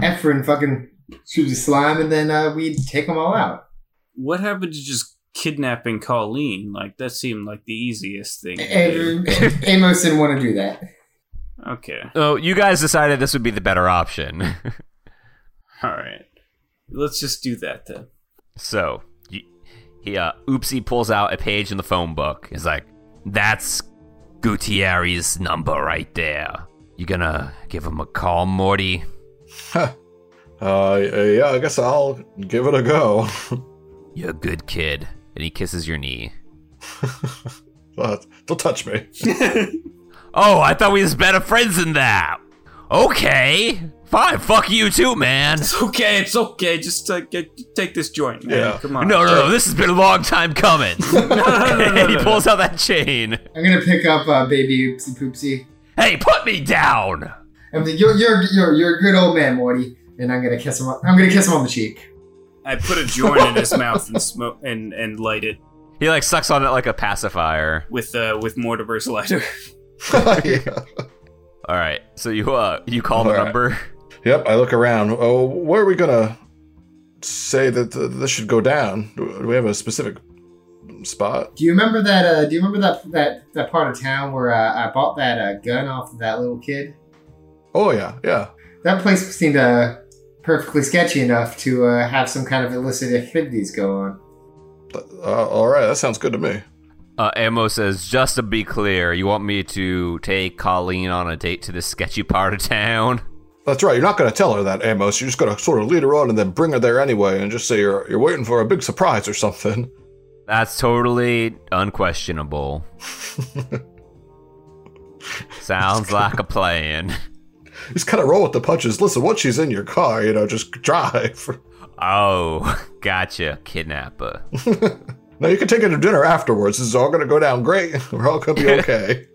Speaker 1: Efren fucking excuse me, slime, and then uh, we take them all out.
Speaker 5: What happened to just kidnapping Colleen? Like that seemed like the easiest thing. To do.
Speaker 1: And, Amos didn't want to do that.
Speaker 5: Okay,
Speaker 2: Oh, you guys decided this would be the better option.
Speaker 5: all right. Let's just do that then.
Speaker 2: so y- he, uh, oopsie, pulls out a page in the phone book. He's like, "That's Gutierrez's number right there. You gonna give him a call, Morty?"
Speaker 3: Uh, yeah, I guess I'll give it a go.
Speaker 2: You're a good kid. And he kisses your knee.
Speaker 3: Uh, don't touch me.
Speaker 2: Oh, I thought we was better friends than that. Okay. Fine, fuck you too, man.
Speaker 5: It's okay. It's okay. Just uh, get, take this joint, man.
Speaker 3: Yeah.
Speaker 5: Come on.
Speaker 2: No, no, no, this has been a long time coming.
Speaker 5: no, no, no, no,
Speaker 2: and he
Speaker 5: no, no.
Speaker 2: pulls out that chain.
Speaker 1: I'm gonna pick up uh, baby oopsie poopsie.
Speaker 2: Hey, put me down.
Speaker 1: I'm like, you're you're you're you're a good old man, Morty, and I'm gonna kiss him. On, I'm gonna kiss him on the cheek.
Speaker 5: I put a joint in his mouth and smoke and and light it
Speaker 2: He like sucks on it like a pacifier.
Speaker 5: with uh with Mortimer's lighter.
Speaker 3: Yeah.
Speaker 2: All right. So you uh you call the
Speaker 3: All right.
Speaker 2: number.
Speaker 3: Yep, I look around. Oh, where are we gonna say that th- this should go down? Do do we have a specific spot?
Speaker 1: Do you remember that? Uh, do you remember that that that part of town where uh, I bought that uh, gun off of that little kid?
Speaker 3: Oh yeah, yeah.
Speaker 1: That place seemed uh, perfectly sketchy enough to uh, have some kind of illicit activities go on.
Speaker 3: Uh, all right, that sounds good to me.
Speaker 2: Uh, Amo says, just to be clear, you want me to take Colleen on a date to this sketchy part of town?
Speaker 3: That's right. You're not gonna tell her that, Amos. You're just gonna sort of lead her on and then bring her there anyway, and just say you're you're waiting for a big surprise or something.
Speaker 2: That's totally unquestionable. Sounds like a plan.
Speaker 3: Just kind of roll with the punches. Listen, once she's in your car, you know, just drive.
Speaker 2: Oh, gotcha, kidnapper.
Speaker 3: now you can take her to dinner afterwards. This is all gonna go down great. We're all gonna be okay.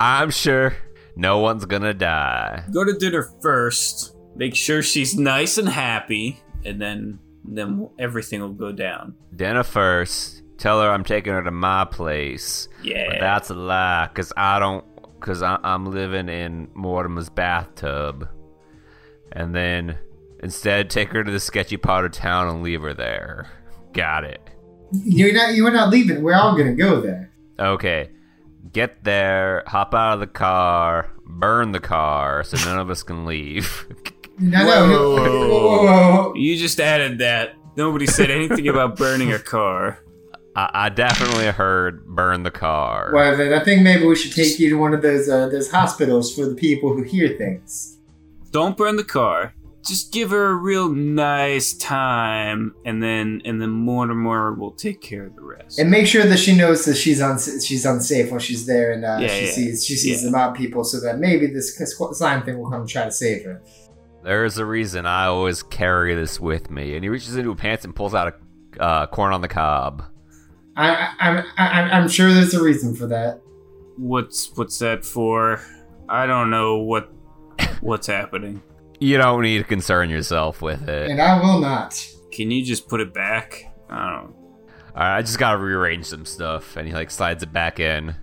Speaker 2: I'm sure no one's gonna die.
Speaker 5: Go to dinner first. Make sure she's nice and happy, and then then everything will go down.
Speaker 2: Dinner first. Tell her I'm taking her to my place. But
Speaker 5: Yeah.
Speaker 2: that's a lie, cause I don't, cause I, I'm living in Mortimer's bathtub. And then instead, take her to the sketchy part of town and leave her there. Got it.
Speaker 1: You're not. You're not leaving. We're all gonna go there.
Speaker 2: Okay. Get there, hop out of the car,
Speaker 11: burn the car so none of us can leave.
Speaker 1: No, no.
Speaker 5: You just added that. Nobody said anything about burning a car.
Speaker 11: I, I definitely heard burn the car.
Speaker 1: Well, then I think maybe we should take you to one of those uh, those hospitals for the people who hear things.
Speaker 5: Don't burn the car. Just give her a real nice time, and then and then Mortimer will take care of the rest.
Speaker 1: And make sure that she knows that she's on she's unsafe while she's there, and uh,
Speaker 5: Yeah,
Speaker 1: she
Speaker 5: yeah.
Speaker 1: sees she sees
Speaker 5: Yeah.
Speaker 1: the mob people, so that maybe this squ- slime thing will come and try to save her.
Speaker 11: There's a reason I always carry this with me. And he reaches into his pants and pulls out a uh, corn on the cob.
Speaker 1: I, I, I'm I, I'm sure there's a reason for that.
Speaker 5: What's what's that for? I don't know what what's happening.
Speaker 11: You don't need to concern yourself with it.
Speaker 1: And I will not.
Speaker 5: Can you just put it back? I don't.
Speaker 11: All right, I just gotta rearrange some stuff, and he like slides it back in.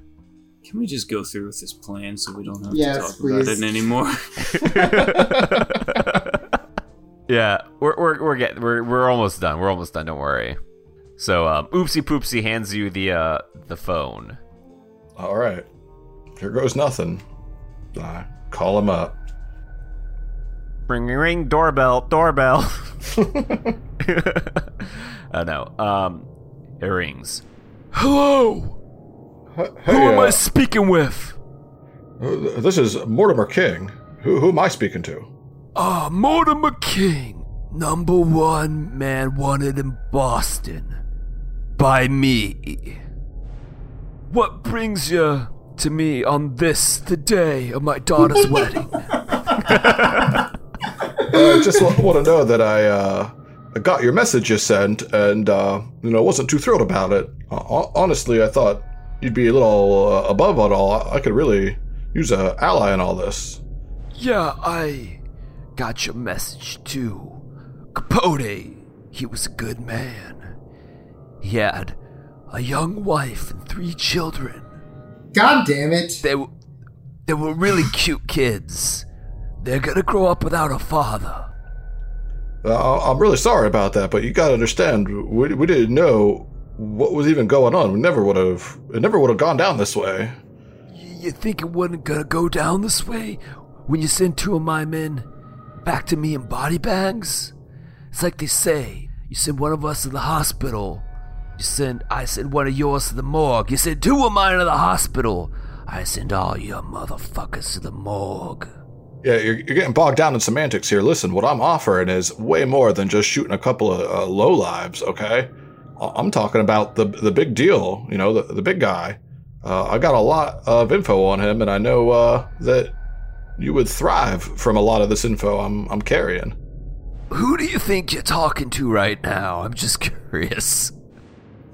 Speaker 5: Can we just go through with this plan so we don't have
Speaker 1: Yes,
Speaker 5: to talk about
Speaker 1: please.
Speaker 5: it anymore?
Speaker 11: Yeah, we're we're we're getting we're we're almost done. We're almost done. Don't worry. So, um, oopsie poopsie hands you the uh the phone.
Speaker 3: All right. Here goes nothing. I call him up.
Speaker 11: Ring ring ring doorbell doorbell. I know. Um, it rings. Hello.
Speaker 3: Hey, uh,
Speaker 11: speaking with?
Speaker 3: uh, this is Mortimer King. Who, who am I speaking to?
Speaker 2: Ah, Mortimer King, number one man wanted in Boston. By me. What brings you to me on this, the day of my daughter's wedding?
Speaker 3: Uh, I just want to know that I uh, I got your message you sent, and uh, you know wasn't too thrilled about it. Ho- honestly, I thought you'd be a little uh, above it all. I-, I could really use a ally in all this.
Speaker 2: Yeah, I got your message too. Capote, he was a good man. He had a young wife and three children.
Speaker 1: God damn it!
Speaker 2: They were, they were really cute kids. They're gonna grow up without a father.
Speaker 3: Uh, I- I'm really sorry about that, but you got to understand, we, we didn't know what was even going on. We never would have. It never would have gone down this way.
Speaker 2: Y- You think it wasn't gonna go down this way when you send two of my men back to me in body bags? It's like they say, you send one of us to the hospital. You send I send one of yours to the morgue. You send two of mine to the hospital. I send all your motherfuckers to the morgue.
Speaker 3: Yeah, you're, you're getting bogged down in semantics here. Listen, what I'm offering is way more than just shooting a couple of uh, low lives. Okay, I- I'm talking about the the big deal. You know, the the big guy. Uh, I got a lot of info on him, and I know uh, that you would thrive from a lot of this info I'm I'm carrying.
Speaker 2: Who do you think you're talking to right now? I'm just curious.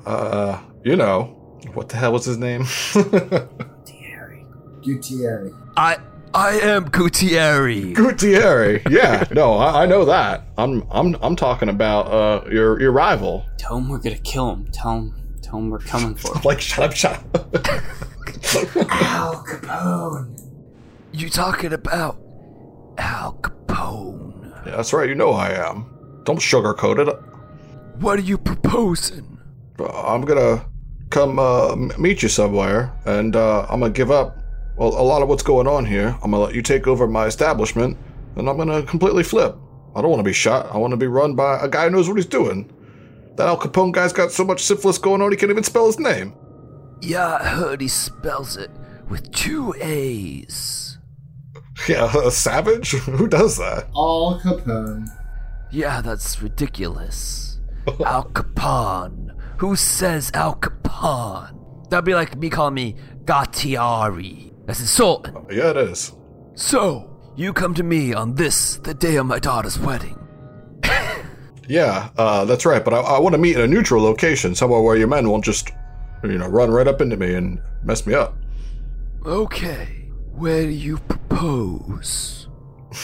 Speaker 3: Uh, you know, what the hell was his name?
Speaker 1: Gutierrez.
Speaker 2: I I am Gutierrez.
Speaker 3: Gutierrez. Yeah, no, I, I know that. I'm I'm I'm talking about uh your your rival.
Speaker 5: Tell him we're gonna kill him. Tell him. Tell him we're coming for him.
Speaker 3: Like shut up, shut up.
Speaker 1: Al Capone.
Speaker 2: You talking about Al Capone?
Speaker 3: Yeah, that's right. You know I am. Don't sugarcoat it.
Speaker 2: What are you proposing?
Speaker 3: I'm gonna come uh, m- meet you somewhere, and uh, I'm gonna give up well, a lot of what's going on here. I'm gonna let you take over my establishment, and I'm gonna completely flip. I don't want to be shot. I want to be run by a guy who knows what he's doing. That Al Capone guy's got so much syphilis going on he can't even spell his name.
Speaker 2: Yeah, I heard he spells it with two A's.
Speaker 3: Yeah, a savage. Who does that?
Speaker 1: Al Capone.
Speaker 2: Yeah, that's ridiculous. Al Capone. Who says Al Capone? That'd be like me calling me Gattiari. That's insulting.
Speaker 3: Yeah, it is.
Speaker 2: So, you come to me on this, the day of my daughter's wedding.
Speaker 3: Yeah, uh, that's right. But I, I want to meet in a neutral location, somewhere where your men won't just, you know, run right up into me and mess me up.
Speaker 2: Okay, where do you propose?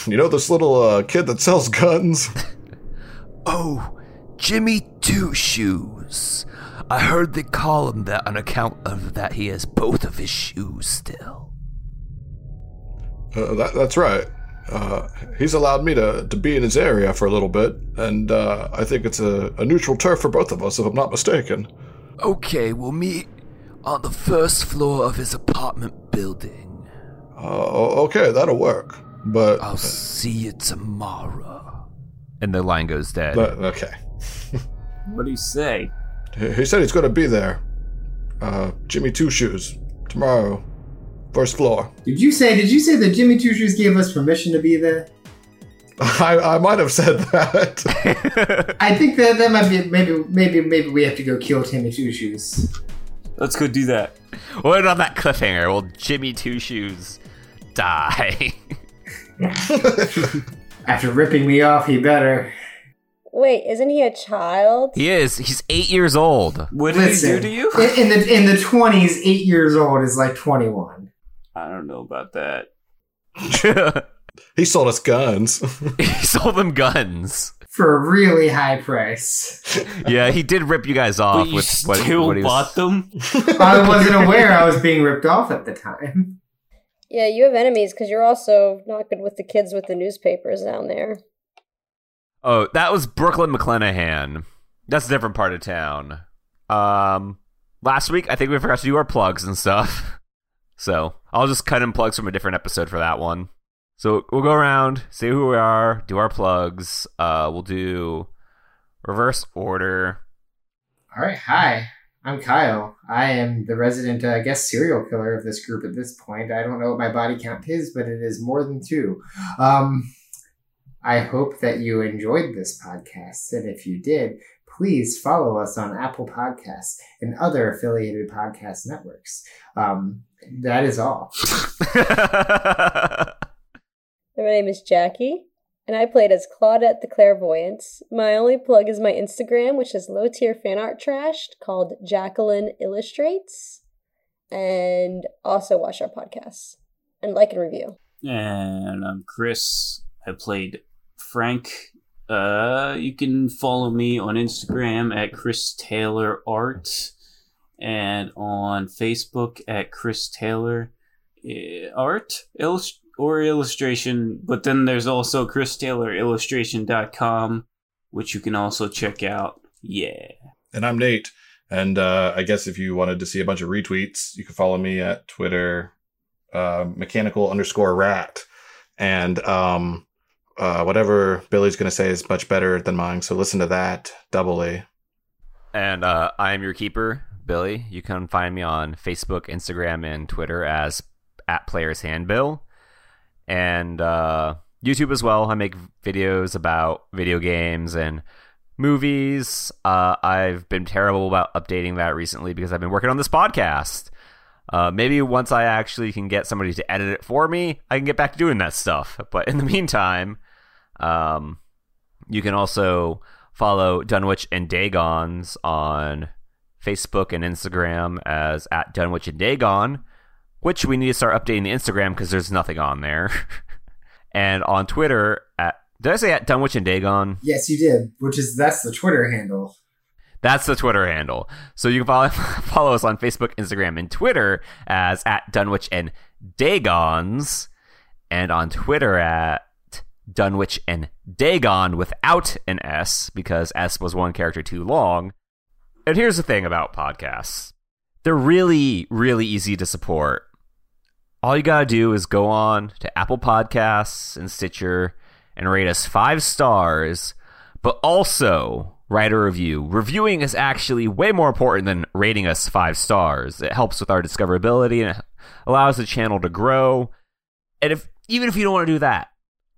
Speaker 3: You know this little uh, kid that sells guns?
Speaker 2: Oh, Jimmy Two Shoes. I heard they call him that on account of that he has both of his shoes still.
Speaker 3: Uh, that, that's right. Uh, he's allowed me to, to be in his area for a little bit, and uh, I think it's a, a neutral turf for both of us, if I'm not mistaken.
Speaker 2: Okay, we'll meet on the first floor of his apartment building.
Speaker 3: Uh, o- okay, that'll work. But
Speaker 12: I'll see you tomorrow.
Speaker 2: And the line goes dead.
Speaker 3: But- okay.
Speaker 5: What do you say?
Speaker 3: He he said he's going to be there. Uh, Jimmy Two Shoes tomorrow, first floor.
Speaker 1: Did you say? Did you say that Jimmy Two Shoes gave us permission to be there?
Speaker 3: I, I might have said that.
Speaker 1: I think that that might be maybe maybe maybe we have to go kill Timmy Two Shoes.
Speaker 5: Let's go do that.
Speaker 2: What about that cliffhanger? Will Jimmy Two Shoes die?
Speaker 1: After ripping me off, he better.
Speaker 4: Wait, isn't he a child?
Speaker 2: he is. He's eight years old.
Speaker 5: What
Speaker 1: Listen, In, in the in the twenties, eight years old is like twenty one.
Speaker 5: I don't know about that.
Speaker 3: he sold us guns.
Speaker 2: he sold them guns.
Speaker 1: for a really high price.
Speaker 2: Yeah, he did rip you guys off
Speaker 5: But you
Speaker 2: with what,
Speaker 5: still
Speaker 2: what he was-
Speaker 5: bought them?
Speaker 1: I wasn't aware I was being ripped off at the time.
Speaker 4: Yeah, you have enemies because you're also not good with the kids with the newspapers down there.
Speaker 2: Oh, that was Brooklyn McClanahan. That's a different part of town. Um, last week I think we forgot to do our plugs and stuff, so I'll just cut in plugs from a different episode for that one. So we'll go around, see who we are, do our plugs. Uh, we'll do reverse order.
Speaker 1: All right, hi. I'm Kyle. I am the resident, uh, I guess, serial killer of this group at this point. I don't know what my body count is, but it is more than two. Um, I hope that you enjoyed this podcast, and if you did, please follow us on Apple Podcasts and other affiliated podcast networks. Um, that is all.
Speaker 4: My name is Jackie, and I played as Claudette the Clairvoyance. My only plug is my Instagram, which is low tier fan art trash called Jacqueline Illustrates, and also watch our podcasts and like and review.
Speaker 5: And I'm Chris. I played Frank. Uh, you can follow me on Instagram at Chris Taylor Art and on Facebook at Chris Taylor eh, Art illust- or Illustration. But then there's also Chris Taylor Illustration.com, which you can also check out. Yeah.
Speaker 3: and I'm Nate. And uh, I guess if you wanted to see a bunch of retweets, you can follow me at Twitter, uh, mechanical underscore rat. And um, uh, whatever Billy's going to say is much better than mine. So listen to that doubly.
Speaker 2: And uh, I am your keeper, Billy. You can find me on Facebook, Instagram, and Twitter as at Players Handbill, and uh, YouTube as well. I make videos about video games and movies. Uh, I've been terrible about updating that recently because I've been working on this podcast. Uh, maybe once I actually can get somebody to edit it for me, I can get back to doing that stuff. But in the meantime, um, you can also follow Dunwich and Dagons on Facebook and Instagram as at Dunwich and Dagon, which we need to start updating the Instagram because there's nothing on there. and on Twitter at did I say at Dunwich and Dagon?
Speaker 1: Yes, you did, which is that's the Twitter handle.
Speaker 2: That's the Twitter handle. So you can follow follow us on Facebook, Instagram, and Twitter as at Dunwich and Dagons, and on Twitter at Dunwich and Dagon without an S because S was one character too long. And here's the thing about podcasts. They're really, really easy to support. All you gotta do is go on to Apple Podcasts and Stitcher and rate us five stars, but also write a review. Reviewing is actually way more important than rating us five stars. It helps with our discoverability and it allows the channel to grow. And if even if you don't want to do that,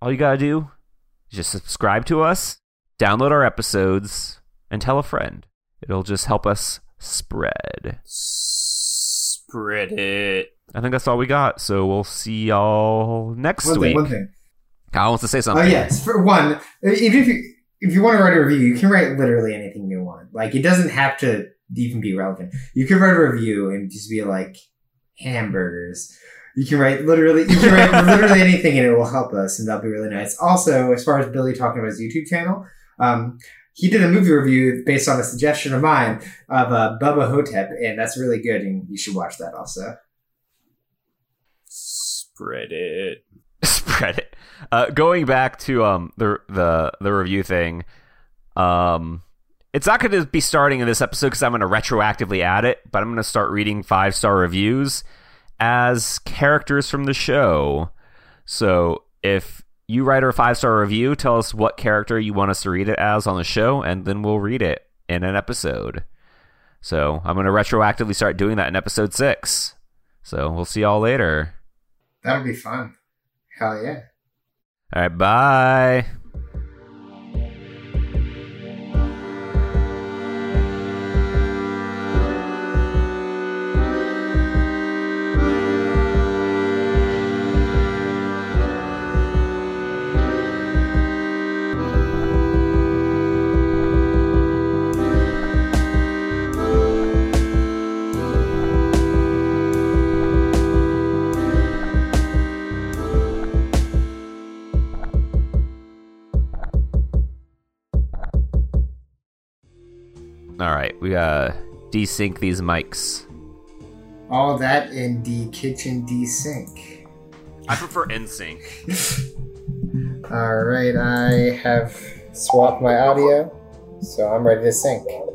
Speaker 2: all you gotta do is just subscribe to us, download our episodes, and tell a friend. It'll just help us spread.
Speaker 5: Spread it.
Speaker 2: I think that's all we got. So we'll see y'all next
Speaker 1: One thing,
Speaker 2: week.
Speaker 1: one thing.
Speaker 2: Kyle wants to say something.
Speaker 1: Oh yes, for one, even if you if you want to write a review, you can write literally anything you want. Like it doesn't have to even be relevant. You can write a review and just be like hamburgers. You can write literally you can write literally anything and it will help us and that'll be really nice. Also, as far as Billy talking about his YouTube channel, um, he did a movie review based on a suggestion of mine of uh, Bubba Hotep, and that's really good, and you should watch that also.
Speaker 5: Spread it.
Speaker 2: spread it. Uh, going back to um the the the review thing, um, it's not going to be starting in this episode because I'm going to retroactively add it, but I'm going to start reading five star reviews, as characters from the show. So if you write a five star review, tell us what character you want us to read it as on the show, and then we'll read it in an episode. So I'm going to retroactively start doing that in episode six. So we'll see y'all later.
Speaker 1: That'll be fun. Hell yeah.
Speaker 2: All right, bye. All right, we gotta desync these mics.
Speaker 1: All that in the kitchen desync.
Speaker 2: I prefer NSYNC.
Speaker 1: All right, I have swapped my audio, so I'm ready to sync.